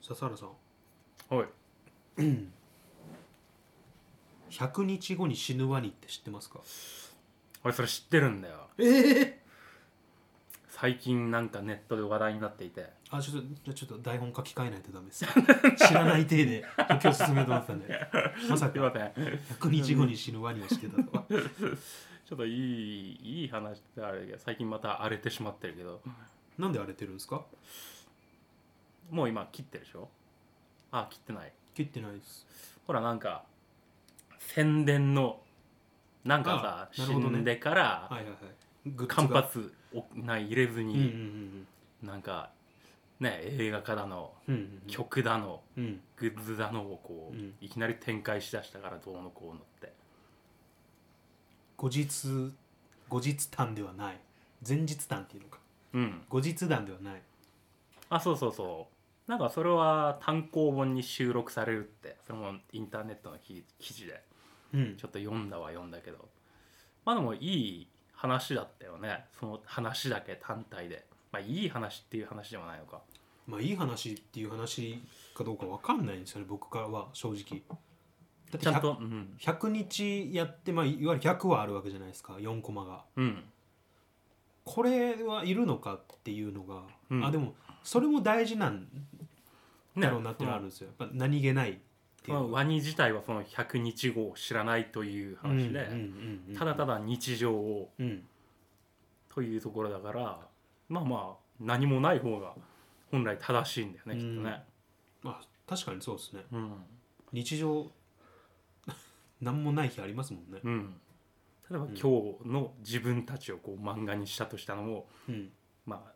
笹原さんはい100日後に死ぬワニって知ってますか俺それ知ってるんだよええ最近なんかネットで話題になっていてあちょっとじゃあちょっと台本書き換えないとダメです 知らない体で今日進めようと思ってたんでまさすいまかせん 100日後に死ぬワニをしてたとはちょっといいいい話ってあれだけど最近また荒れてしまってるけどなんで荒れてるんですかもう今切ってるでしょあ切ってない切ってないですほらなんか宣伝のなんあかさ、なる死ほどねんでからはいはいはいグッ間ズが髪をない入れずうんうんに、なんかね映画化だのうんうんうんうん曲だのうんグッズだのをこう、うんいきなり展開しだしたからどうのこうのって後日後日談ではない前日談っていうのかうん後日談ではないあそうそうそうなんかそれは単行本に収録されるってそれもインターネットの記記事でうんちょっと読んだは読んだけどまあでもいい話だったよねその話だけ単体でまあいい話っていう話でもないのかまあいい話っていう話かどうかわかんないんですよね僕からは正直だってちゃん100とうん100日やって、まあ、いわゆる100はあるわけじゃないですか4コマがうんこれはいるのかっていうのが、うんあでもそれも大事なんねだろうなっていうのはあるんですよ、やっぱ何気ないってそいうののそのがワニ自体はその100日後を知らないという話で、うんうんうんうんただただ日常をうんというところだからまあまあ何もない方が本来正しいんだよね、きっとね。まあ確かにそうですねうん日常 何もない日ありますもんね、うん、例えばん今日の自分たちをこう漫画にしたとしたのも、うんまあ、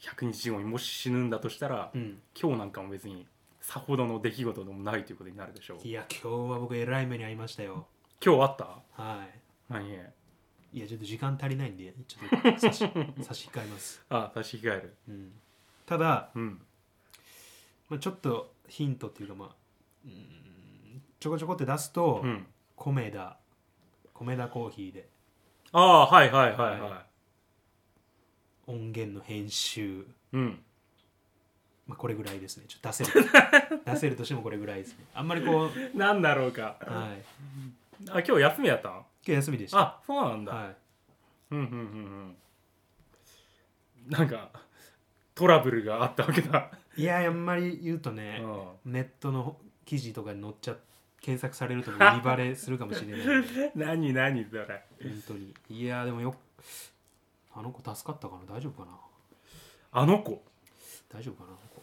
100日後にもし死ぬんだとしたら、うん、今日なんかも別にさほどの出来事でもないということになるでしょういや今日は僕えらい目に遭いましたよ今日あったは何いいやちょっと時間足りないんでちょっと差し 差し控えます、あ差し控えるうん、ただうんまあ、ちょっとヒントっていうかまあうーんちょこちょこって出すと、うんコメダコメダコーヒーでああはいはいはいはい、は音源の編集、うんまあ、これぐらいですねちょっと出せ る出せるとしてもこれぐらいですねあんまりこう、はい、なんだろうかあ今今日休みやったん日休みでしたあそうなんだ、はい、うんうんうんうんなんかトラブルがあったわけだ、いやあんまり言うと うね、ん、ネットの記事とかに載っちゃ検索されるともう見バレするかもしれないんで 何何それ本当にいやーでもよあの子助かったかな大丈夫かなあの子大丈夫かなこ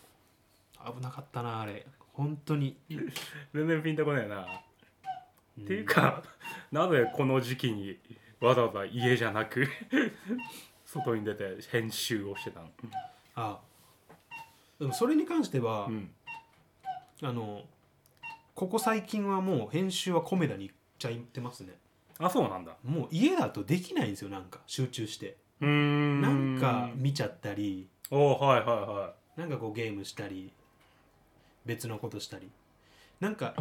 こ危なかったなあれ本当に、全然ピンとこないな、うんっていうか なぜこの時期にわざわざ家じゃなく 外に出て編集をしてたのあでもそれに関しては、うんあのここ最近はもう編集はコメダに行っちゃってますねあそうなんだもう家だとできないんですよなんか集中してうーんなんか見ちゃったりおーはいはなんかこうゲームしたり別のことしたりなんか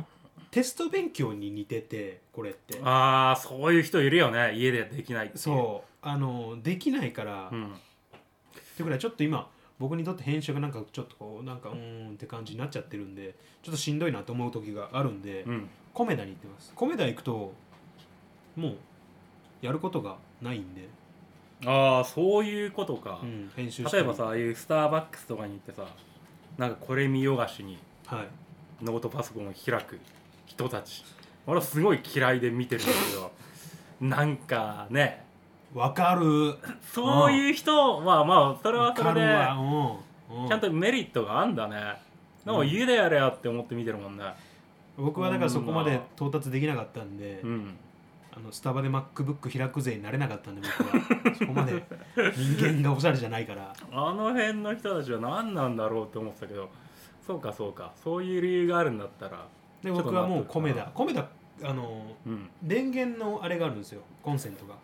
テスト勉強に似ててこれっていはいああそういう人いるよね家でできないっていうそうあのできないから、うっんてくらいちょっと今僕にとって編集がなんかちょっとこうなんかうーんって感じになっちゃってるんでちょっとしんどいなと思う時があるんで、うんコメダに行ってますコメダ行くともうやることがないんで、ああそういうことか、うん、編集した例えりばさああいうスターバックスとかに行ってさなんかこれ見よがしにはいノートパソコンを開く人たち俺はすごい嫌いで見てるんだけどなんかねわかるそういう人まあまあそれわはそかれるでわうんうんちゃんとメリットがあんだねでもうん家でやれやって思って見てるもんね僕はだからそこまで到達できなかったんで、うんあのスタバで MacBook 開くぜになれなかったんで僕はそこま で人間がおしゃれじゃないからあの辺の人たちは何なんだろうって思ってたけどそうかそうかそういう理由があるんだったらで僕はもうちょコっと納メ得だダコメダあのうん電源のあれがあるんですよコンセントが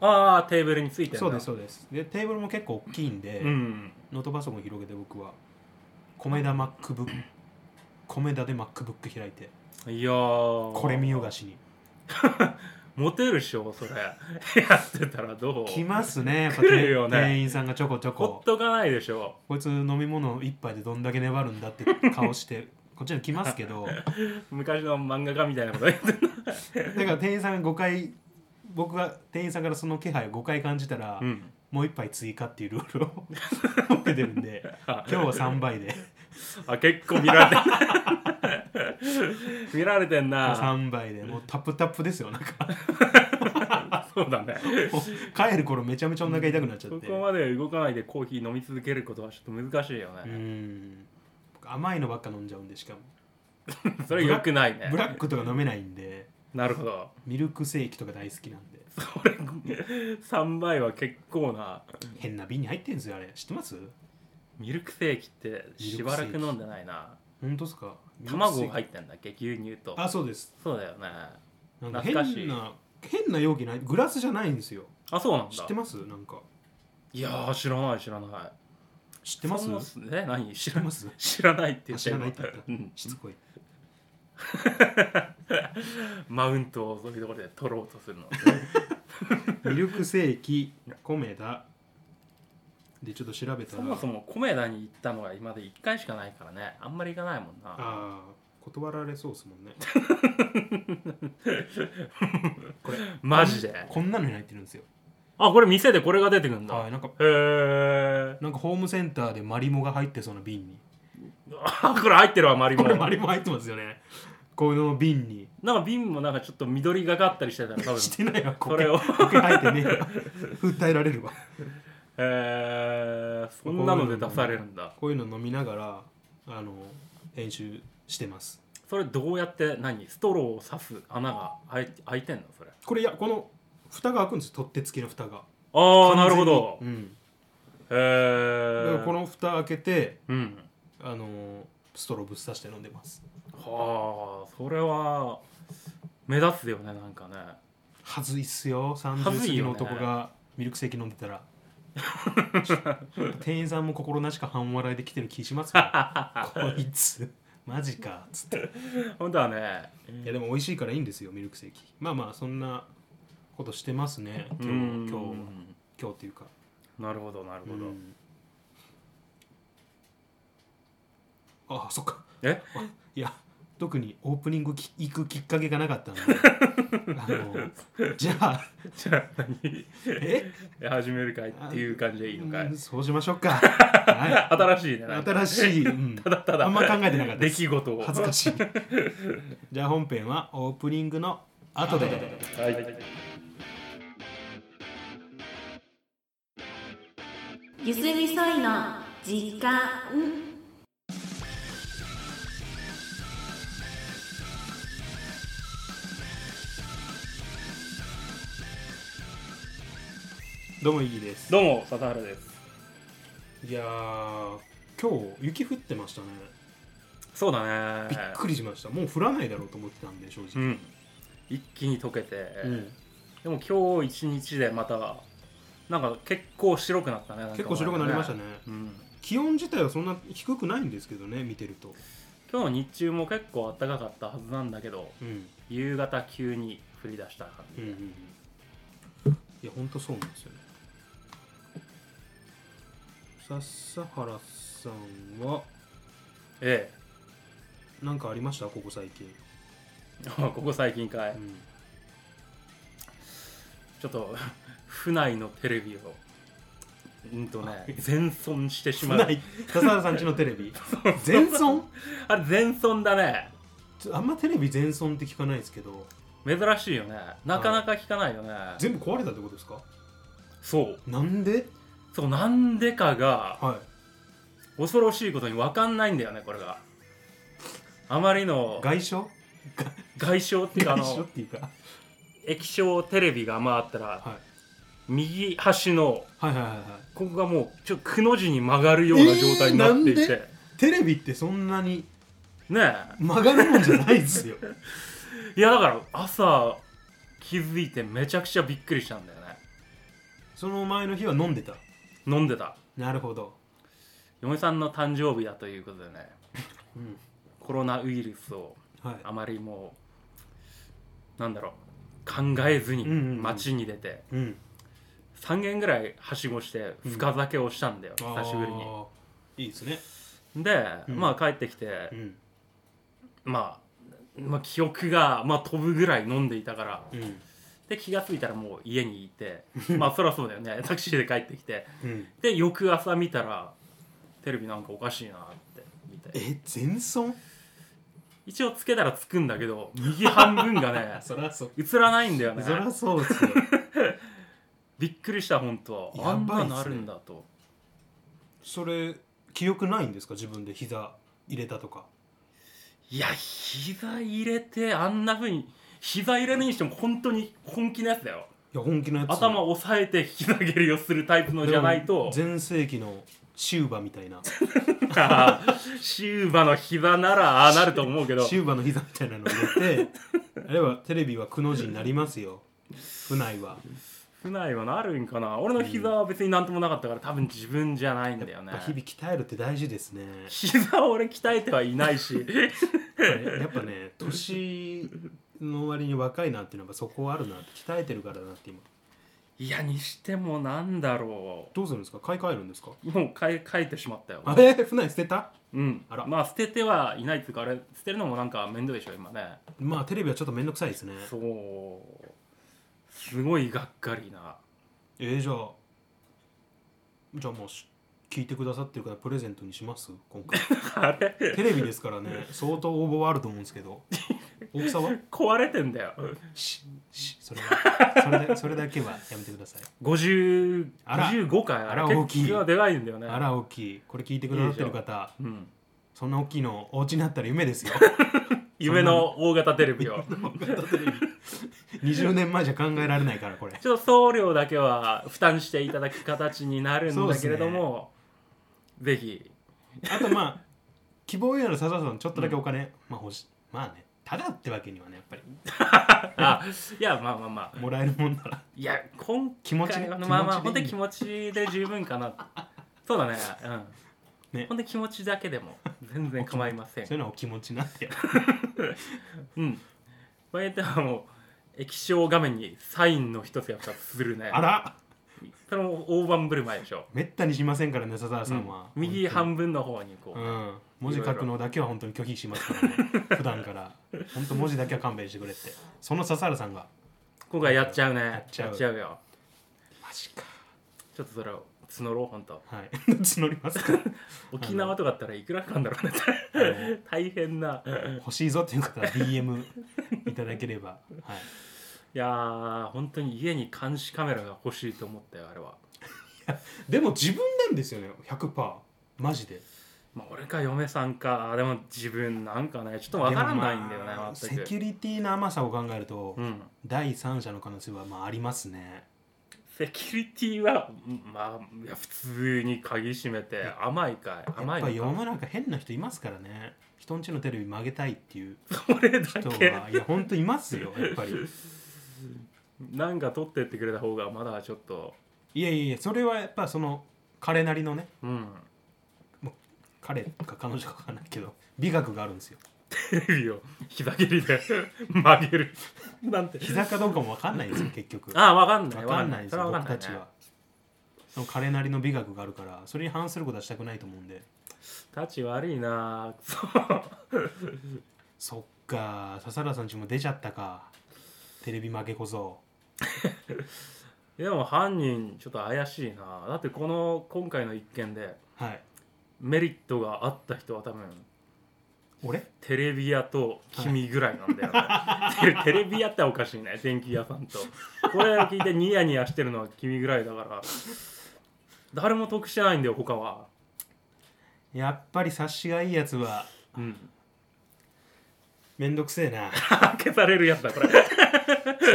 ああテーブルについてんだそうですそうですでテーブルも結構大きいんで、うんノートパソコン広げて僕は米田 MacBook 米田で MacBook 開いていやーこれ見よがしにモテるっしょそれ やってたらどう来ますねやっぱ来るよね店員さんがちょこちょほこっとかないでしょこいつ飲み物一杯でどんだけ粘るんだって顔して こっちに来ますけ ど昔の漫画家みたいなこと言ってだから店員さんが5回僕が店員さんからその気配を5回感じたら、 うんもう一杯追加っていうルールを 設けてるんで 今日は3杯であ結構見られてん 見られてんな3杯でもうタップタップですよなんかそうだねもう帰る頃めちゃめちゃお腹痛くなっちゃっそてこまで動かないでコーヒー飲み続けることはちょっと難しいようね、ん僕甘いのばっか飲んじゃうんでしかもそれ良くないねブラックとか飲めないんでなるほどミルクセーキとか大好きなんでそれ3倍は結構な変な瓶に入ってんすよあれ知ってますミルクセーキってしばらく飲んでないな本当ですか卵が入ってってんだっけ牛乳とあそうですそうだよねなんか変懐かしいな変な容器ないグラスじゃないんですよあそうなんだ知ってますなんかいやー知らない知らない知っ知てますえ何知知ってらなまいす知らないって言あっ知てらないって言ったうんしつこいマウントをそういうところで取ろうとするのミルクセーキ米田でちょっと調べた そらもそも米田に行ったのが今まで1回しかないからねあんまり行かないもんなああ断られそうですもんねマジでこんなのに入ってるんですよあこれ店でこれが出てくるんだはいへなんかえなんかホームセンターでマリモが入ってそうな瓶にあこれ入ってるわマリこモれマリモ入ってますよねこの瓶に なんか瓶もなんかちょっと緑がかった りしてたら多分してないわそれを苔入ってねえわ訴えられる わえー、そんなので出されるんだこういうの飲みながらあの練習してますそれどうやって何ストローを刺す穴が開い開いてんのそれこれいやこの蓋が開くんですよ取っ手付きの蓋がああなるほど完全にへえうん、だからー、この蓋開けてうんあのストローぶっ刺して飲んでますはあそれは目立つよねなんかねはずいっすよ30はず過いぎよのね男がミルクセーキ飲んでたら店員さんも心なしか半笑いで来てる気します よこいつマジかっつって本当はねいやでも美味しいからいいんですよミルクセーキまあまあそんなことしてますね今日う今ん日は今日っていうかなるほどなるほど、うんああそっか え あいや特にオープニングき行くきっかけがなかったんで あのじゃあじゃあ何え始めるかいっていう感じでいいのかいうんそうしましょうか は新しいねなんいか新しい、うんただただあんま考えてなかった出です来事を恥ずか しいじゃあ本編はオープニングの後ではいゆすみそいの時間どうもイギですどうも笹原ですいやー今日雪降ってましたねそうだねびっくりしましたもう降らないだろうと思ってたんで正う直、ん一気に溶けて、うんでも今日一日でまたなんか結構白くなったね結構白くなりましたね、うん気温自体はそんな低くないんですけどね見てると、今日の日中も結構暖かかったはずなんだけどうん夕方急に降り出した感うじ、んうんうん、いやほんとそうなんですよね笹原さんはえ え何かありましたここ最近、ここ最近かい、うん、ちょっと府内のテレビをうんとね全損してし まなうい笹原さんちのテレビ 全損 あれ全損だねちょあんまテレビ全損って聞かないですけど珍しいよねなかなか聞かないよね、全部壊れたってことですかそうなんでそうなんでかがは恐ろしいことに分かんないんだよねこれがあまりのい外傷外傷っていうかあ外傷っのていうか、液晶テレビがまああったらはい、右端のはいはいはいはここがもうちょっとくの字に曲がるような状態になっていて、えーなはいテレビってそんなにね曲がるもんじゃないです よえいやだから朝気づいてめちゃくちゃびっくりしたんだよねその前の日は飲んでた飲んでたなるほど、嫁さんの誕生日だということでねうんコロナウイルスをはい、あまりもうなんだろう考えずにうんうんうん街に出て、うん3軒ぐらいはしごして深酒をしたんだよ、久しぶりにあーいいですねで、うんまあ帰ってきてう、んまあ、まあ記憶が、まあ、飛ぶぐらい飲んでいたからうんで気が付いたらもう家にいて まあそりゃそうだよねタクシーで帰ってきてうんで翌朝見たらテレビなんかおかしいなって見てえ全損一応つけたらつくんだけど右半分がね そらそう映らないんだよねそらそうっすよびっくりした本当やあんばいなっすねなるんだとそれ記憶ないんですか自分で膝入れたとかいや膝入れてあんなふうに膝入れるにしても本当に本気のやつだよいや本気のやつ頭を押さえて膝蹴りをするタイプのじゃないと全盛期のシューバみたいな シューバの膝ならああなると思うけどシューバの膝みたいなの入れてあれはテレビはくの字になりますよ府内は少ないはなるんかな俺の膝は別になんともなかったから多分自分じゃないんだよねやっぱ日々鍛えるって大事ですね膝を俺鍛えてはいないしやっぱねやっぱね年の割に若いなっていうのはやっぱそこはあるなって鍛えてるからだなって今 いやにしてもなんだろどうするんですか買い替えるんですかうもうかい書いてしまったよあれ 府内捨てたうんあらまあ捨ててはいないっていうかあれ捨てるのもなんか面倒でしょ今ねまあテレビはちょっと面倒くさいですねそうすごいがっかりなえー、じゃあじゃあもうし聞いてくださってるからプレゼントにします今 回あれテレビですからね相当応募はあると思うんですけ ど大きさは壊れてんだよししそれはそれだそれだけはやめてください50あら55回ああられ大きい結構でかいんだよねあら大きいこれ聞いてくださってる方うんそんな大きいのお家になったら夢です よ夢の大型テレビを20年前じゃ考えられないからこれちょっと送料だけは負担していただく形になるんだけれども、ぜひあとまあ希望を言うなら笹田さんちょっとだけお金、まあ欲しまあねただってわけにはねやっぱりあいやまあまあまあもらえるもんならいや今回気持ちねまあま気持あちでいい本当に気持ちで十分かなそうだねうんね本当に気持ちだけでも全然構いませんそういうのはお気持ちなんでうんこれではもう液晶画面にサインの一つや二つするねあらそれも大盤振る舞いでしょ、めったにしませんからね笹田さんは、うん右半分の方にこう、うん文字書くのだけは本当に拒否します からね普段から本当文字だけは勘弁してくれってその笹原さんが今回やっちゃうねやっちゃうよマジかちょっとそれを募ろう本当はい 募りますから沖縄とかだったらいくらかかんだろうね大変な欲しいぞという方は DM いただければ、はい、いやー本当に家に監視カメラが欲しいと思ったよあれはでも自分なんですよね100%マジでまあ俺か嫁さんかでも自分なんかねちょっとわからないんだよねでもまあセ全くキュリティの甘さを考えると、うん第三者の可能性はまあありますねセキュリティはうんまあいや普通に鍵閉めて甘いかいや甘っいぱ世のかの中変な人いますからね人んちのテレビ曲げたいっていうそれだ人けはいや本当いますよやっぱりなんか取ってってくれた方がまだちょっといやいやいやそれはやっぱその彼なりのねうん彼か彼女か分かんないけど美学があるんですよテレビを膝蹴りで曲げるなんて膝かどうかも分かんないん ですよ結局ああわかんない分わかんないですそれはよわか僕んないたねちはその彼なりの美学があるからそれに反することはしたくないと思うんでたち悪いなそうそっか笹原さんちも出ちゃったかテレビ負けこそでも犯人ちょっと怪しいなだってこの今回の一件ではいメリットがあった人は多分俺テレビ屋と君ぐらいなんだよね、 テレビ屋っておかしいね電気屋さんとこれを聞いてニヤニヤしてるのは君ぐらいだから誰も得してないんだよ他はやっぱり察しがいいやつはうんめんどくせえな消されるやつだこれ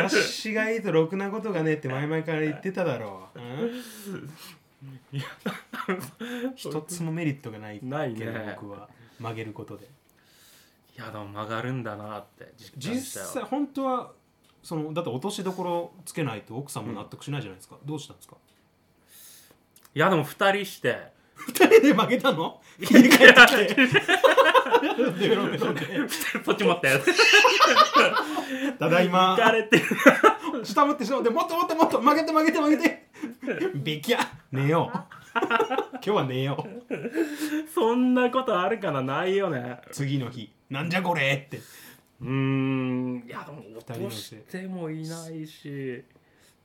察しがいいとろくなことがねえって前々から言ってただろう、うんいや一つもメリットがないけどないね僕は曲げることでいやでも曲がるんだなって実感した実よ際本当はそのだって落としどころつけないと奥さんも納得しないじゃないですか、どうしたんですかいやでも2人して二人で負けたの家に帰ってきてベロベロでそっち持ったやつただいま 行かれてる下持って下持ってもっともっともっと曲げて曲げて曲げてべきや寝よう今日は寝ようそんなことあるかなないよね次の日なんじゃこれってうーんいやでも人落のとしてもいないし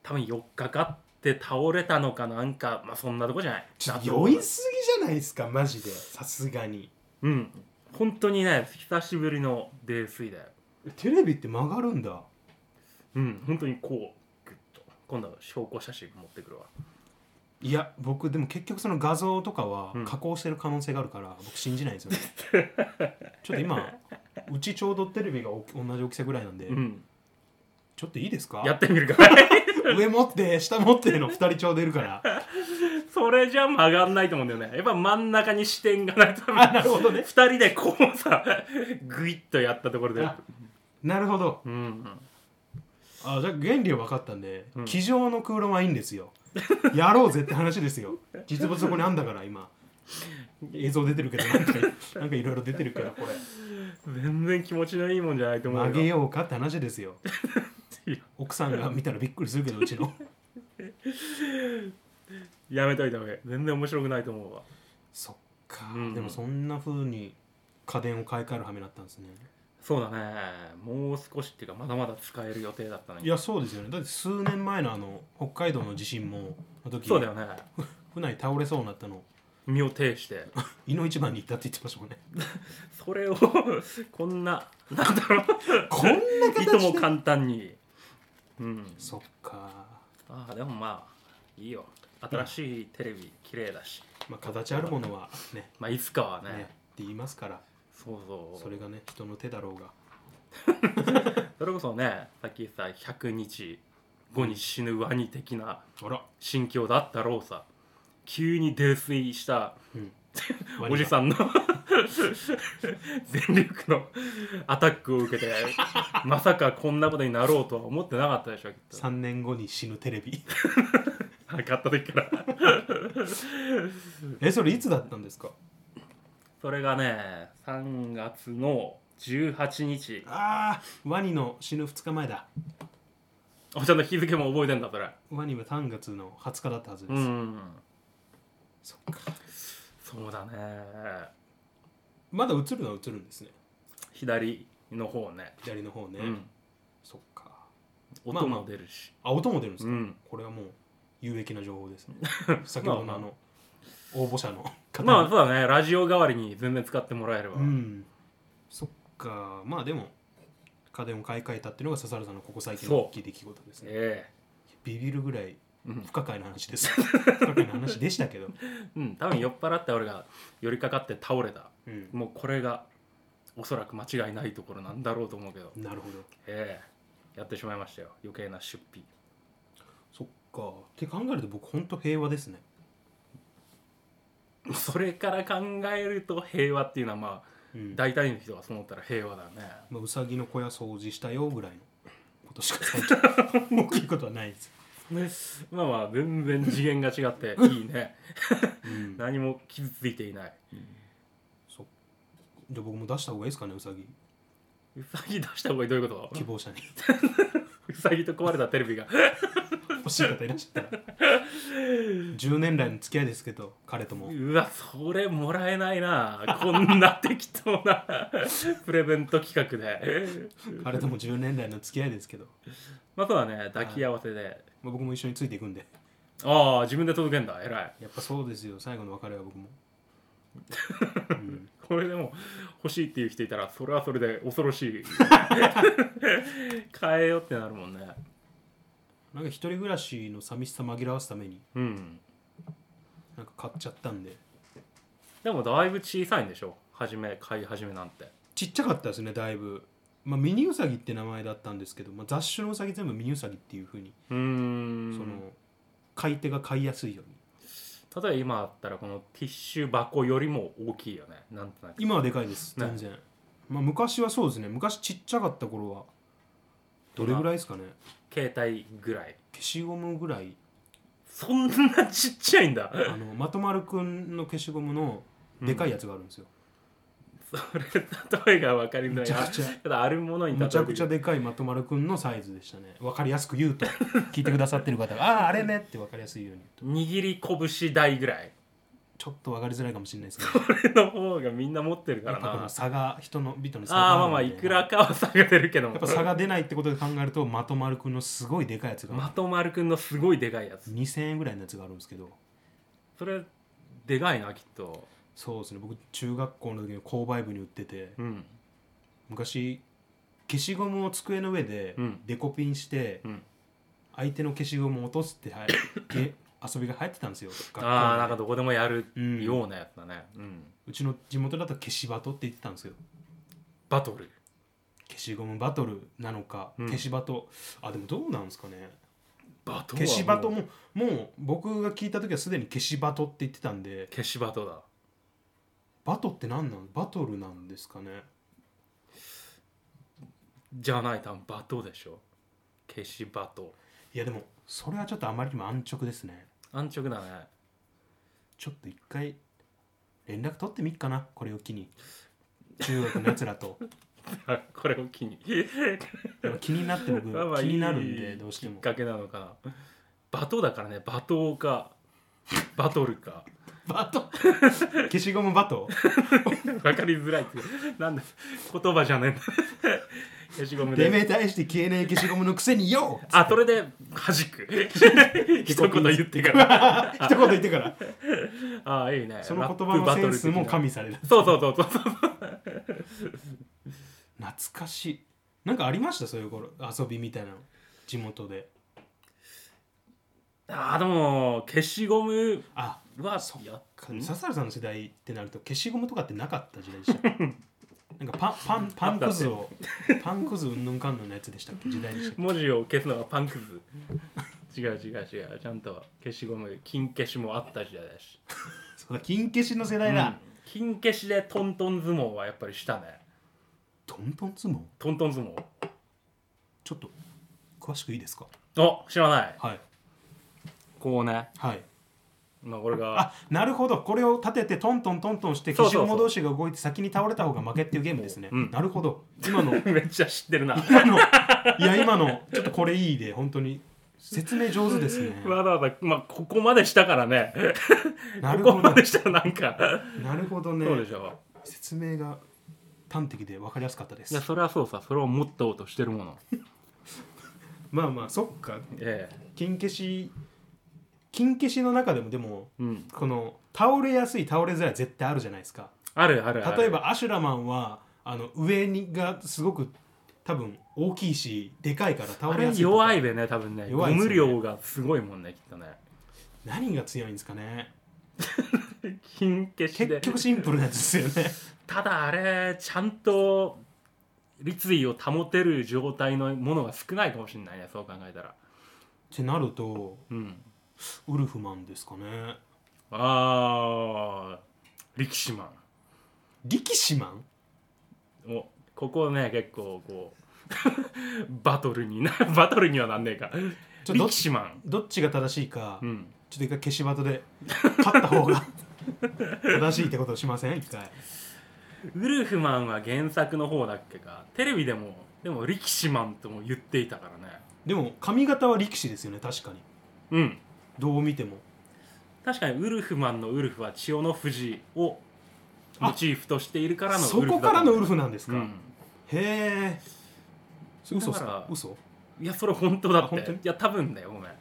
多分4日かって倒れたのかなんかまあそんなとこじゃないちょっと酔いすぎじゃないですかマジでさすがにうん本当にね久しぶりの泥酔だよテレビって曲がるんだうん本当にこうグッと今度は証拠写真持ってくるわいや僕でも結局その画像とかはうん加工してる可能性があるから、僕信じないん ですよねちょっと今うちちょうどテレビがお同じ大きさぐらいなんで、うんちょっといいですかやってみるか上持って下持っての2人ちょうどいるから それじゃ曲がんないと思うんだよねやっぱ真ん中に視点がないと あなるほどね2人でこうさグイッとやったところであなるほどうんうんあじゃあ原理は分かったんで、うん机上の空論はいいんですよやろうぜって話ですよ実物そこにあんだから 今映像出てるけどなんかなんかいろいろ出てるからこれ全然気持ちのいいもんじゃないと思うよ曲げようかって話です よいや奥さんが見たらびっくりするけどうち のやめといた方がいい全然面白くないと思うわそっか、うんでもそんな風に家電を買い替える羽目だったんですねそうだねもう少しっていうかまだまだ使える予定だったのいにやそうですよねだって数年前のあの北海道の地震もの時そうだよね船に倒れそうになったの身を 挺して胃の一番に行ったって言ってましたもんねそれをこんななんだろう こんな形でいとも簡単にうん そっかああでもまあいいよ新しいテレビ綺麗だしまあ、形あるものはねまあいつかはねねって言いますからそうそうそれがね人の手だろうがそれこそねさっきさ100日後に死ぬワニ的なあら、心境だったろうさ急に泥酔したうん、おじさんの 全力のアタックを受けてまさかこんなことになろうとは思ってなかったでしょきっと3年後に死ぬテレビ買った時からえそれいつだったんですかそれがね3月の18日あーワニの死ぬ2日前だおちゃんの日付も覚えてんだそれワニは3月の20日だったはずでうす、んそっかそうだねまだ映るのは映るんですね左の方ね左の方ね、うんそっかまあ音も出るし、あ音も出るんですか、うんこれはもう有益な情報ですね 先ほどのあの応募者の方まあそうだねラジオ代わりに全然使ってもらえれば、うんそっかまあでも家電を買い替えたっていうのが笹原さんのここ最近のそう大きい出来事ですねえビビるぐらいえうん不可解な話です 不可解な話でしたけど、うん、多分酔っ払って俺が寄りかかって倒れたうん、もうこれがおそらく間違いないところなんだろうと思うけど、なるほどええやってしまいましたよ余計な出費そっかって考えると僕ほんと平和ですねそれから考えると平和っていうのはまあうん、大体の人がそう思ったら平和だねまあ、うさぎの小屋掃除したよぐらいのことしか最 近大きいことはないです、ねまあまあ全然次元が違 っていいねうん、 何も傷ついていないそじゃあ僕も出した方がいいですかねうさぎうさぎ出した方がいいどういうこ希と望者にうさぎと壊れたテレビが欲しい方いらっしゃったら10年来の付き合いですけど彼ともうわそれもらえないなこんな適当 なプレゼント企画で彼とも10年来の付き合いですけど、まあそうだね抱き合わせで、まあ、僕も一緒についていくんでああ自分で届けんだ偉いやっぱそうですよ最後の別れは僕も、うんこれでも欲しいっていう人いたらそれはそれで恐ろし い変えようってなるもんねなんか一人暮らしの寂しさ紛らわすためにうんなんか買っちゃったんででもだいぶ小さいんでしょ初め買い始めなんてちっちゃかったですねだいぶ、まあ、ミニウサギって名前だったんですけど、まあ、雑種のウサギ全部ミニウサギっていうふうに、うーんその買い手が買いやすいように例えば今だったらこのティッシュ箱よりも大きいよねなんとなく今はでかいですね全然、まあ、昔はそうですね昔ちっちゃかった頃はどれぐらいですかね携帯ぐらい消しゴムぐらいそんなちっちゃいんだあのまとまるくんの消しゴムのでかいやつがあるんですよ、それ例えが分かりづらいむちゃくちゃただあるものに例むえてちゃくちゃでかいまとまるくんのサイズでしたねわかりやすく言う と聞いてくださってる方が「ああーあれね」ってわかりやすいように言うと握り拳台ぐらいちょっとわかりづらいかもしれないですけ どこれの方がみんな持ってるかやらっぱこのな差が人の人の差がああまるんであまあいくらかは差が出るけどやもっ ぱ差が出ないってことで考えるとまとまるくんのすごいでかいやつが、まとまるくんのすごいでかいやつ2000円ぐらいのやつがあるんですけどそれでかいなきっとそうですね僕中学校の時に購買部に売っててうん昔消しゴムを机の上でうんデコピンして、うん相手の消しゴムを落とすってはげ遊びが流行ってたんですよ学校でああなんかどこでもやるうんようなやつだねうんうちの地元だと消しバトって言ってたんですよバトル消しゴムバトルなのか、うん消しバトあでもどうなんですかねバト消ルしバトももう僕が聞いた時はすでに消しバトって言ってたんで消しバトだバトって何なのバトルなんですかねじゃない多分バトでしょ消しバトいやでもそれはちょっとあまりにも安直ですね安直 だねちょっと一回連絡取ってみっかなこれを機に中学のやつらとこれを機にでも気になって僕まあまあ気になるんでいいどうしてきっもかけなのかな罵倒だからね罵倒かバトルかバト消しゴムバト分かりづらいっていうなんだ言葉じゃねえんだ 消しゴムてめ でえ対して消えねえ消しゴムのくせによあそれで弾 く 一言言ってからら 一言言って からああいいねその言葉のセンスも加味されるラップバトル的なそうそうそうそうそう懐かしいなんかありましたそういう頃遊びみたいなの地元でああでも消しゴムあはそっやっか笹原さんの世代ってなると消しゴムとかってなかった時代でした なんかパンパンパンくずをパンくずうんぬんかんぬんのやつでしたっけ時代でしたっ文字を消すのはパンくず違う違う違うちゃんと消しゴム金消しもあった時代だしけそうだ金消しの世代だ、金消しでトントン相撲はやっぱりしたねトントン相撲トントン相撲ちょっと詳しくいいですかお知らないはいこうねはいまあ これがあなるほどこれを立ててトントントントンしてそう消そうしそうゴム同士が動いて先に倒れた方が負けっていうゲームですね、うんなるほど今のめっちゃ知ってる な今のいや今のちょっとこれいいで本当に説明上手です ねわざわざまあここまでしたから ねなるここほどまでしたらなんかなるほどね そうでしょ説明が端的で分かりやすかったでいすやそれはそうさそれをもっとおうとしてるものまあまあそっかえ金消し金消しの中でもでもえうんこの倒れやすい倒れづらい絶対あるじゃないですかあるあるある例えばアシュラマンはあの上にがすごく多分大きいしでかいから倒あれやれすいとか弱いべね多分ねゴ弱いですムよね量がすごいもんねきっとね何が強いんですかね金消し結で局シンプルなんですよ ねただあれちゃんと立位を保てる状態のものが少ないかもしれないねそう考えたらってなるとうんウルフマンですかねあー力士マ力士マンンおここね結構こう バトルにな バトルにはなんねえかちょっとどっ力士マンどっちが正しいか、うんちょっと一回消しバトで勝った方が正しいってことをしません一回ウルフマンは原作の方だっけかテレビでもでも力士マンとも言っていたからねでも髪型は力士ですよね確かにうんどう見ても確かにウルフマンのウルフは千代の富士をモチーフとしているからのそウルフだこと思うからのウルフなんですか、うんへえ嘘っすだからか嘘いやそれ本当だあって本当いにや多分だよごめん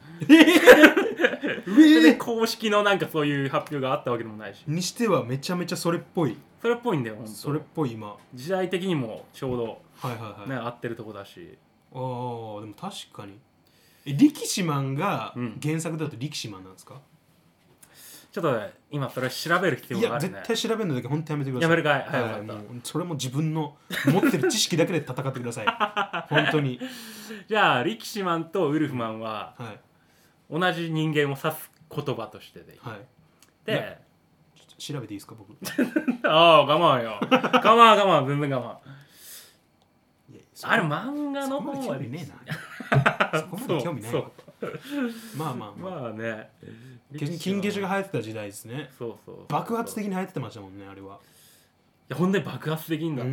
それえで公式のなんかそういう発表があったわけでもないしにしてはめちゃめちゃそれっぽいそれっぽいんだよ本当それっぽい今は時代的にもちょうどいはいはい、ね、あ合ってるとこだしあーでも確かにえ力士マンがうん原作だと力士マンなんですか、ちょっとね今それ調べる必要いがやある絶ね対調べるのだけ本当やめてくださいやめるかいはいはわかっい、たもうそれも自分の持ってる知識だけで戦ってくだ さい本当にじゃあ力士マンとウルフマンははい同じ人間を指す言葉としてではいでちょっと調べていいですか僕いあ あ我慢よ我慢我慢全然我慢やあれ漫画の そんな方は興味ねえな そこまで興味ないそわうまあまあ、まあ、まあね 金金消しが流行ってた時代ですねそうそうそう爆発的いに流行ってましたもんねあれはやほんで爆発的にだった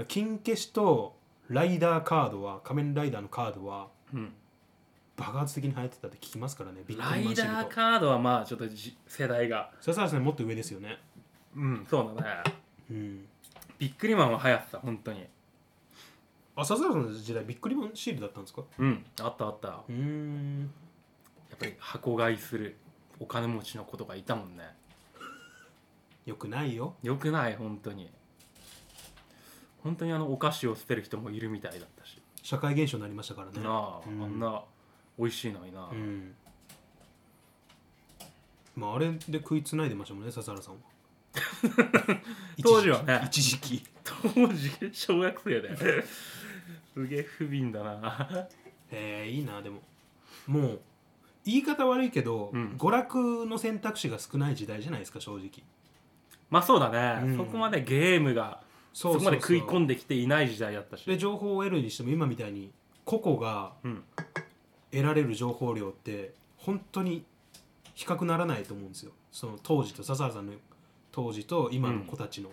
ね金消しとライダーカードは仮面ライダーのカードはうん爆発的に流行ってたって聞きますからねビックラリマンイシダーールドカードはまあちょっとじ世代がそれさらにもっと上ですよねうんそうだねうんビックリマンは流行ってた本当にあ笹原さんの時代ビックリマンシールだったんですかうんあったあったやうーんっぱり箱買いするお金持ちの子とかいたもんねよくないよよくない本当に本当にあのお菓子を捨てる人もいるみたいだったし、社会現象になりましたからねなあ、うんあんな美味しいのにな、うんまああれで食いつないでましたもんね笹原さんは 当時はね一時期一時期当時小学生だよ すげえ不憫だなえー、いいなでももう言い方悪いけど、うん娯楽の選択肢が少ない時代じゃないですか正直まあそうだね、うんそこまでゲームがそそこまで食い込でんできていない時代だったし情報を得るにしても今みたいに個々がうん得られる情報量って本当に比較ならないと思うんですよその当時と笹原さんの当時と今の子たちの、い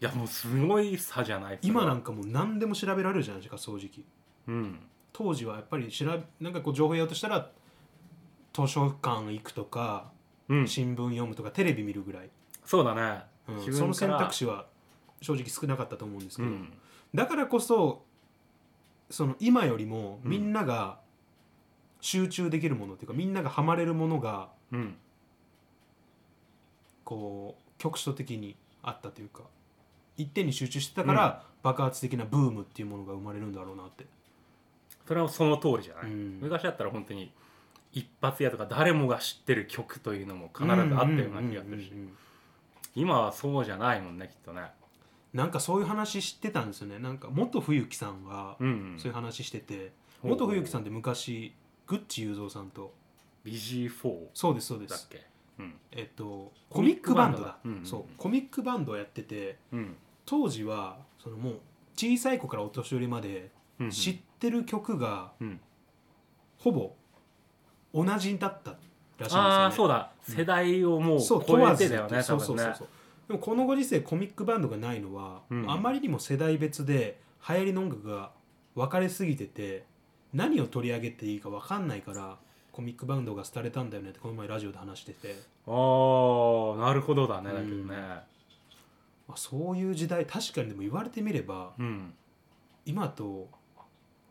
やもうすごい差じゃない今なんかかもう何でも調べられるじゃないですか正直うん当時はやっぱり調べなんかこう情報やろうとしたら図書館行くとかうん新聞読むとかテレビ見るぐらい、そうだね、うん自分その選から択肢は正直少なかったと思うんですけうど、んだからこそその今よりもみんなが集中できるものっていうかみんながハマれるものがうんこう局所的にあったというか一点に集中してたから爆発的なブームっていうものが生まれるんだろうなって、それはその通りじゃない、うん昔だったら本当に一発屋とか誰もが知ってる曲というのも必ずあったような気がするしうんうんうんうん今はそうじゃないもんねきっとねなんかそういう話知ってたんですよねなんか元冬樹さんがうん、そういう話してて、ほう元冬樹さんって昔グッチ雄三さんと BG4 そうですそうでだっすけうんえっとココミミッッククババンンドドだだうんうんうんそうコミックバンドをやっててうん当時はそのもう小さい子からお年寄りまでうん知ってる曲がうんほぼ同じだったらしいんですよねああそうだ世代をもうそう超えてだよ問わずねそ多うそうそ分うねそうでもこのご時世コミックバンドがないのは、うんあまりにも世代別で流行りの音楽が分かれすぎてて何を取り上げていいか分かんないからコミックバンドが廃れたんだよねってこの前ラジオで話しててああなるほどだねだけどねあそういう時代確かにでも言われてみればうん今と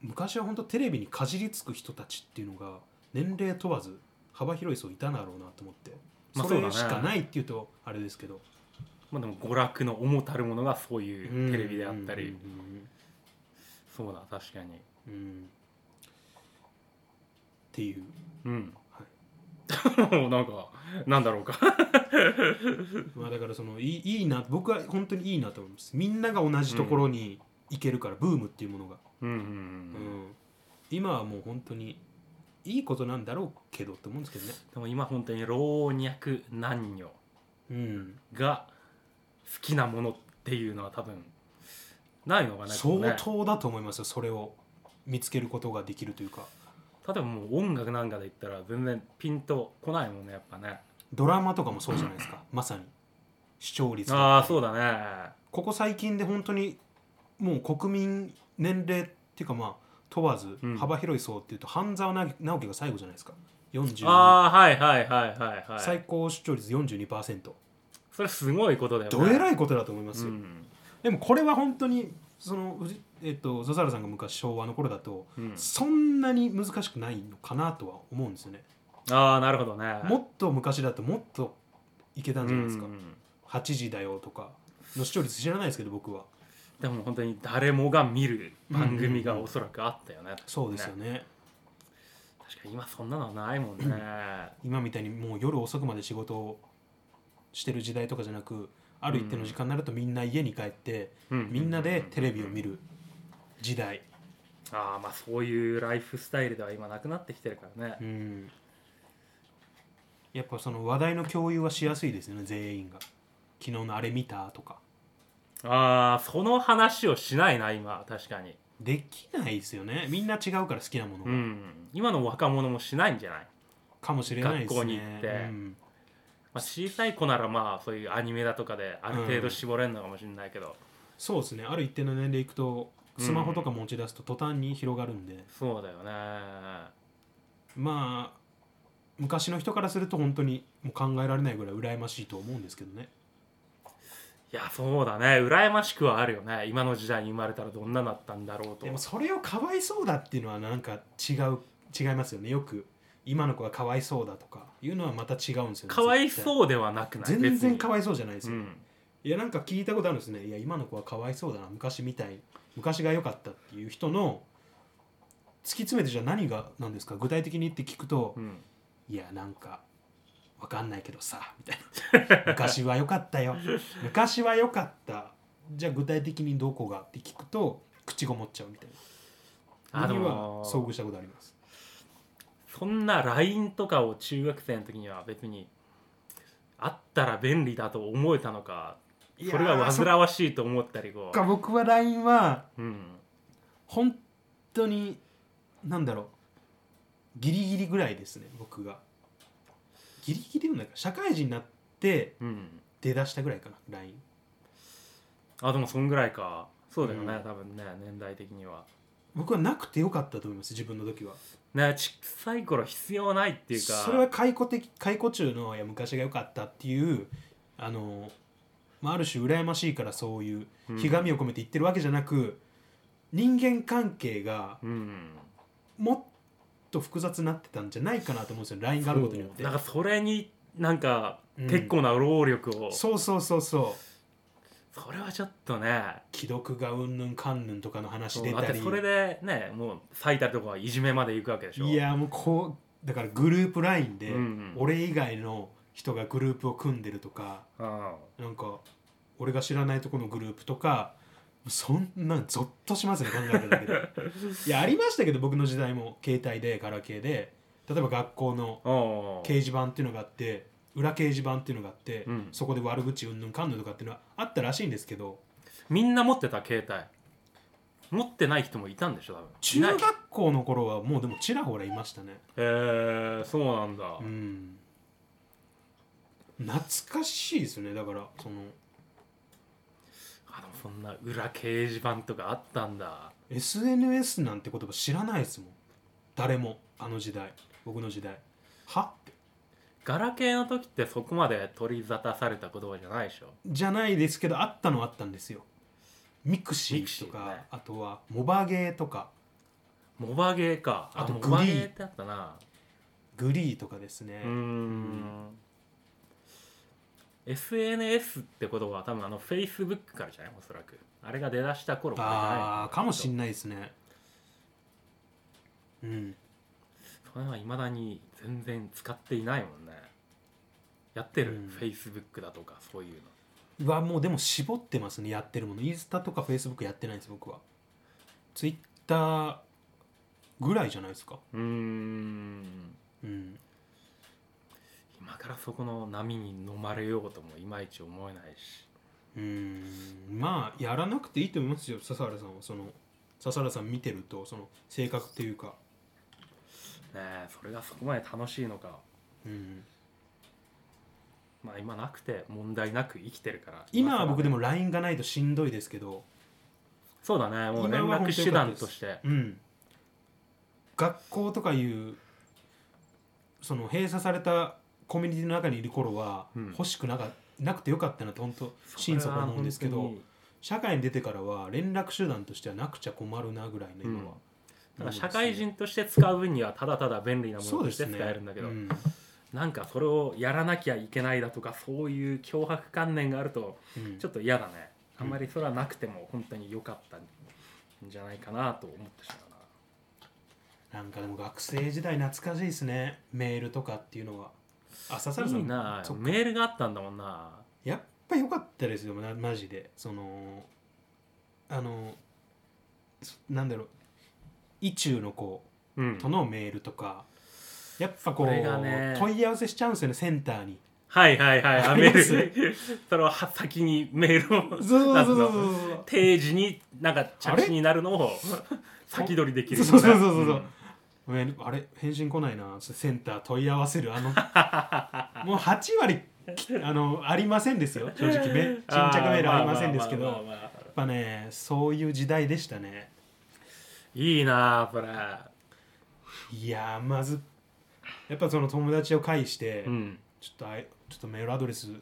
昔は本当テレビにかじりつく人たちっていうのが年齢問わず幅広い層いたんだろうなと思って、まあそそうだれねしかないっていうとあれですけど、まあでも娯楽の重たるものがそういうテレビであったりうんうんうんうんそうだ確かにうんっていううんは なんかなんだろうかまあだからそのいいいいな僕は本当にいいなと思いますみんなが同じところに行けるから、ブームっていうものが、うんうんうんうん今はもう本当にいいことなんだろうけどって思うんですけどねでも今本当に老若男女うんが好きなものっていうのは多分ないのがねこう相ね当だと思いますよそれを見つけることができるというか例えばもう音楽なんかで言ったら全然ピンとこないもんねやっぱねドラマとかもそうじゃないですかまさに視聴率ああうそうだねここ最近で本当にもう国民年齢っていうかまあ問わずうん幅広い層っていうと半沢直樹が最後じゃないですか40ああはいはいはいはいはい最高視聴率42%それすごいことだよねどえらいいことだと思いますよ、んでもこれは本当にそのうじえっと笹原さんが昔昭和の頃だとうん、そんなに難しくないのかなとは思うんですよね、ああなるほどねもっと昔だともっといけたんじゃないですか、うんうん8時だよとかの視聴率知らないですけど僕はでも本当に誰もが見る番組がおそらくあったよね、そうですよね確かに今そんなのはないもんね今みたいにもう夜遅くまで仕事をしてる時代とかじゃなくある一定の時間になるとみんな家に帰って、みんなでテレビを見る時代、ああまあそういうライフスタイルでは今なくなってきてるからね、うんやっぱその話題の共有はしやすいですよね全員が昨日のあれ見たとかああその話をしないな今確かにできないですよねみんな違うから好きなものうが、ん、今の若者もしないんじゃない、かもしれないですね学校に行ってうんまあ、小さい子ならまあそういうアニメだとかである程度絞れるのかもしれないけど、そうですねある一定の年齢いくとスマホとか持ち出すと途端に広がるんで、そうだよねまあ昔の人からすると本当にもう考えられないぐらい羨ましいと思うんですけどねいやそうだね羨ましくはあるよね今の時代に生まれたらどんなだったんだろうとでもそれをかわいそうだっていうのはなんか違う違いますよねよく今の子がかわいそうだとかいうのはまた違うんですよねかわい絶そうではなくない対全然かわわいいそうじゃないですうよ、ん、いやなんか聞いたことあるんですねいや今の子はかわいそうだな昔みたい昔が良かったっていう人の突き詰めてじゃあ何がなんですか具体的にって聞くと、うん、いやなんかわかんないけどさみたいな 昔は良かったよ昔は良かったじゃあ具体的にどこがって聞くと口ごもっちゃうみたいなのあでにはも遭遇したことありますそんな LINE とかを中学生の時には別にあったら便利だと思えたのかいやーそれが煩わしいと思ったりこそっうか僕は LINE はうん、本当になんだろうギリギリぐらいですね僕がギリギリでもないか社会人になってうん、出だしたぐらいかな LINE あでもそんぐらいかそうだよね、うん多分ね年代的には僕はなくてよかったと思います自分の時はね小さい頃必要ないっていうかそれは解雇的解雇中のいや昔が良かったっていうあの、まあ、ある種羨ましいからそういううんひがみを込めて言ってるわけじゃなく、人間関係がうんもっと複雑になってたんじゃないかなと思うんですよ LINE があることによってなんかそれになんかうん結構な労力を、そそうそうそうそうれはちょっとね既読がうんぬんかんぬんとかの話出だったてりそれでねもう最たるとこはいじめまで行くわけでしょいやもうこうだからグループ LINE で、うん俺以外の人がグループを組んでるとかうんなんか俺が知らないとこのグループとかそんなんゾッとしますね考えただ けでいやありましたけど僕の時代も携帯でガラケーで例えば学校のおう掲示板っていうのがあって裏掲示板っていうのがあって、うんそこで悪口うんぬんかんぬんとかっていうのはあったらしいんですけどみんな持ってた携帯持ってない人もいたんでしょ多分中いない学校の頃はもうでもちらほらいましたねへえそうなんだ、うん懐かしいですよねだからそのあでもそんな裏掲示板とかあったんだ SNS なんて言葉知らないですもん誰もあの時代僕の時代はガラケーの時ってそこまで取り沙汰された言葉じゃないでしょじゃないですけどあったのはあったんですよミクシミクシーィとか、ねあとはモバゲーとかモバゲーかあとモグリーバゲーってあったなグリーとかですねうーん SNS ってことは多分あの Facebook からじゃないおそらくあれが出だした頃からじゃないああかもしんなないいですねうんそれはいまだに全然使っていないもんねやってる、うん Facebook だとかそういうのうわもうでも絞ってますねやってるものインスタとかフェイスブックやってないんです僕はツイッターぐらいじゃないですかうーんうん今からそこの波に飲まれようともいまいち思えないしうーんまあやらなくていいと思いますよ笹原さんはその笹原さん見てるとその性格っていうか、ねえそれがそこまで楽しいのかうん、まあ今なくて問題なく生きてるから今は僕でもも LINE がないとしんどいですけど、そうだねもう連今は本当絡に手段としてうん、学校とかいうその閉鎖されたコミュニティの中にいる頃は、うん欲しくなかなくてよかったなと本当心底思うんですけそれはど本社会に出てからは連絡手段としてはなくちゃ困るなぐらいの当に今は、ただ社会人として使う分にはただただ便利なもそのうとでしてす使ねえるんだけど、うんなんかそれをやらなきゃいけないだとかそういう脅迫観念があるとうんちょっと嫌だねあんまりそれはなくても本当に良かったんじゃないかなと思ってしまうななんかでも学生時代懐かしいですねメールとかっていうのはあ笹原さんいいなそっかメールがあったんだもんなやっぱ良かったですよなマジでそのあのそなんだろう意中の子うんとのメールとか、やっぱこうそれがね問い合わせしちゃうんですよねセンターにはいはいはいあメりまールそれをは先にメールそうをそうそうそう出すのそう定時になんかあ着れ地になるのを先取りできるよそうそうそうそううなそんう、メールあれ返信来ないなセンター問い合わせるあの もう8割きあのありませんですよ正直め沈あー着メールありませんですけどまあやまあっまあまあぱねそういう時代でしたねいいなあそれいやーまずやっぱその友達を介して、うんちょっとあいちょっとメールアドレス教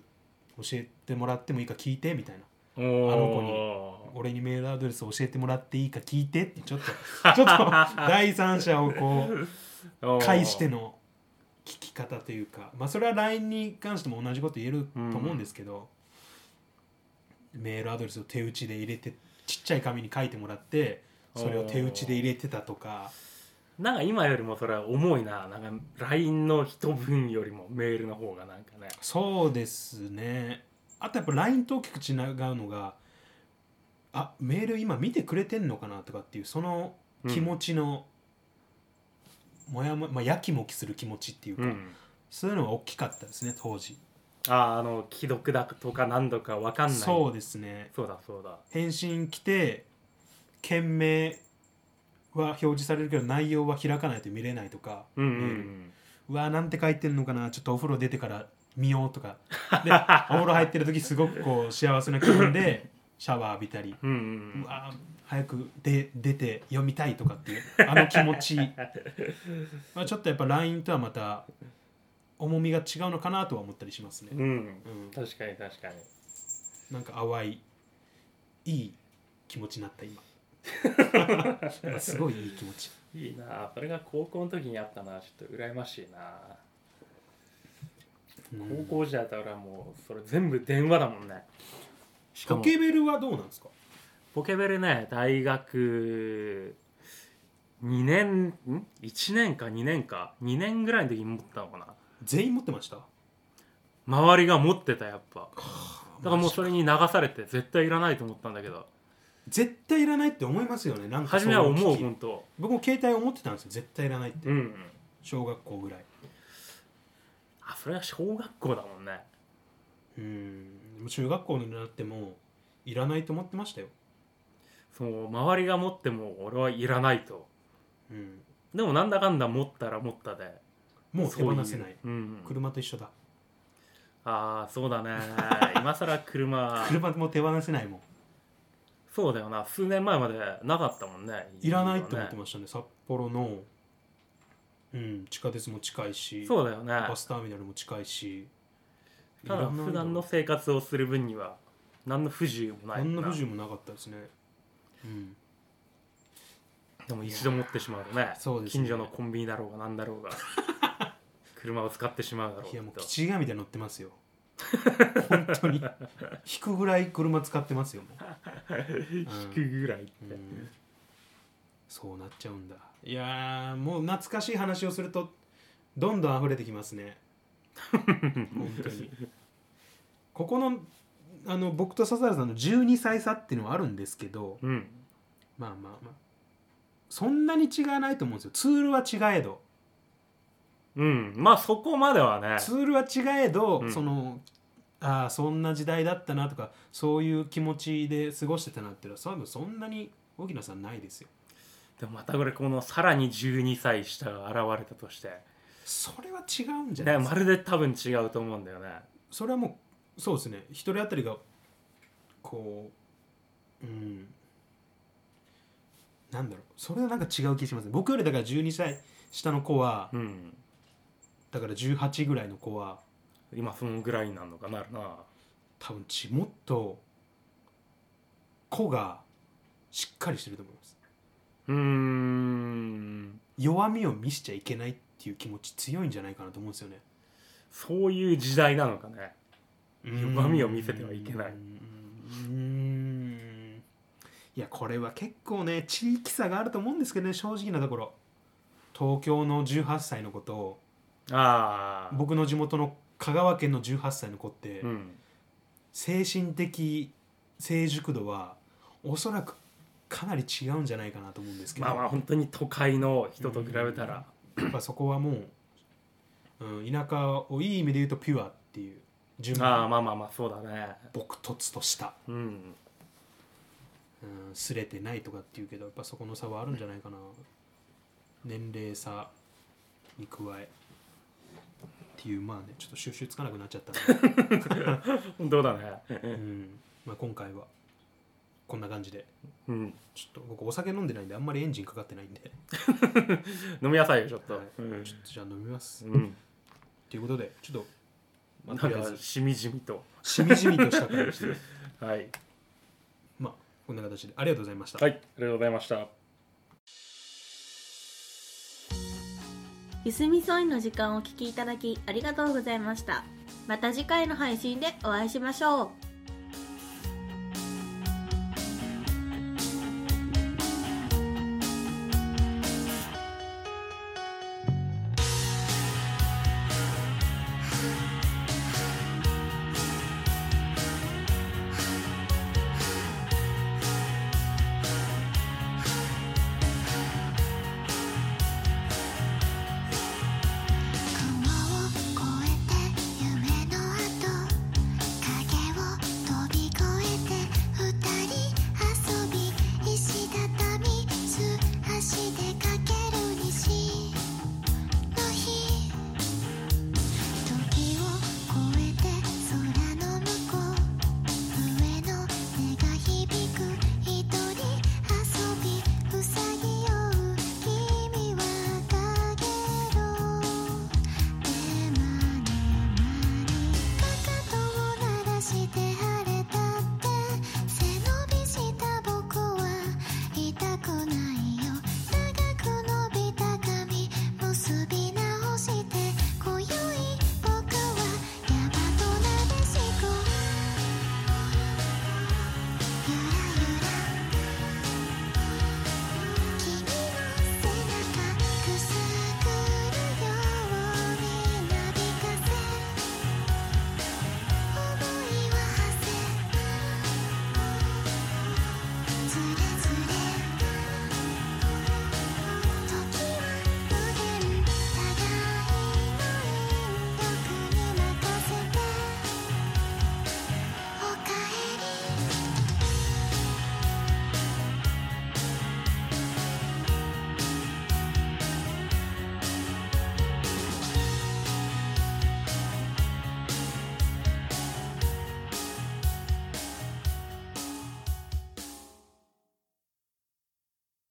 えてもらってもいいか聞いてみたいなおーあの子に俺にメールアドレス教えてもらっていいか聞いてってちょっとちょっと 第三者をこう介しての聞き方というかまあそれは LINE に関しても同じこと言えると思うんですけど、メールアドレスを手打ちで入れてちっちゃい紙に書いてもらってそれを手打ちで入れてたとかなんか今よりもそれは重いななんか LINE の一文よりもメールの方がなんかねそうですねあとやっぱ LINE と大きく違うのがあメール今見てくれてんのかなとかっていうその気持ちの、もやもや、まあ、やきもきする気持ちっていうか、うんそういうのが大きかったですね当時あああの既読だとか何度か分かんないそうですねそうだそうだ返信来て件名は表示されるけど内容は開かないと見れないとか、うんうん、うメールん、うわなんて書いてんのかなちょっとお風呂出てから見よう とかでお風呂入ってる時すごくこう幸せな気分でシャワー浴びたりうんうわ早くで出て読みたいとかっていうあの気持ちまあちょっとやっぱ LINE とはまた重みが違うのかなとは思ったりしますねうん、うんうん確かに確かになんか淡いいい気持ちになった今今すごいいい気持ちいいなあそれが高校の時にあったなちょっと羨ましいなあうん高校時代だったら俺はもうそれ全部電話だもんねしポケベルはどうなんですかポケベルね大学2年ん1年か2年か2年ぐらいの時に持ったのかな全員持ってました周りが持ってたやっぱだからもうそれに流されて絶対いらないと思ったんだけど絶対いらないって思いますよねなんか初めは思そうい機器本当僕も携帯思ってたんですよ絶対いらないってうんうん小学校ぐらいあそれは小学校だもんねうんでも中学校になってもいらないと思ってましたよ、その周りが持っても俺はいらないとうん、でもなんだかんだ持ったら持ったでもう手そう放うせないうんうん車と一緒だああそうだね今更 車車も手放せないもんそうだよな数年前までなかったもんねいらないと思ってまましたね札幌の、うん、地下鉄も近いしそうだよねバスターミナルも近いしたただ普段の生活をする分には何の不自由もない何の不自由もなかったですね、うん、でも一度持ってしまうとねそうですね近所のコンビニだろうが何だろうが車を使ってしまうだろういやもうと口がみたいに乗ってます よ本当に引くぐらい車使ってますよも引くぐらいって、う、うんそうなっちゃうんだいやーもう懐かしい話をするとどんどん溢れてきます ね本当にここのあの僕と笹原さんの12歳差っていうのはあるんですけどうんまあまあまあそんなに違わないと思うんですよツールは違えどうん、まあそこまではねツールは違えど、うんそのああそんな時代だったなとかそういう気持ちで過ごしてたなっていうのは多分そんなに荻野さんないですよでもまたこれこのさらに12歳下が現れたとしてそれは違うんじゃないねですか、まるで多分違うと思うんだよねそれはもうそうですね一人当たりがこううんなんだろうそれはなんか違う気がしますね僕よりだから12歳下の子はうんだから18ぐらいの子は今そのぐらいになるのかなるな多分ちもっと子がしっかりしてると思いますうーん弱みを見せちゃいけないっていう気持ち強いんじゃないかなと思うんですよねそういう時代なのかね弱みを見せてはいけないうんうんいやこれは結構ね地域差があると思うんですけどね正直なところ東京の18歳の子とああ僕の地元の香川県の18歳の子って、うん精神的成熟度はおそらくかなり違うんじゃないかなと思うんですけど、まあまあ本当に都会の人と比べたらやっぱそこはもう、うん、田舎をいい意味で言うとピュアってっていう順ああ番まあまあまあそうだね僕突とした、うんうん、すれてないとかっていうけどやっぱそこの差はあるんじゃないかな年齢差に加えっていうまあねちょっと収集つかなくなっちゃったな 本当だねうんまあ、今回はこんな感じでうんちょっと僕お酒飲んでないんであんまりエンジンかかってないんで、飲みなさいよちょっと、はいうんちょっとじゃあ飲みます、うんということでちょっと、まなんあ、とりあえかずしみじみとしみじみとした感じではいまあこんな形でありがとうございました、はいありがとうございましたゆすみそいの時間をお聞きいただきありがとうございましたまた次回の配信でお会いしましょう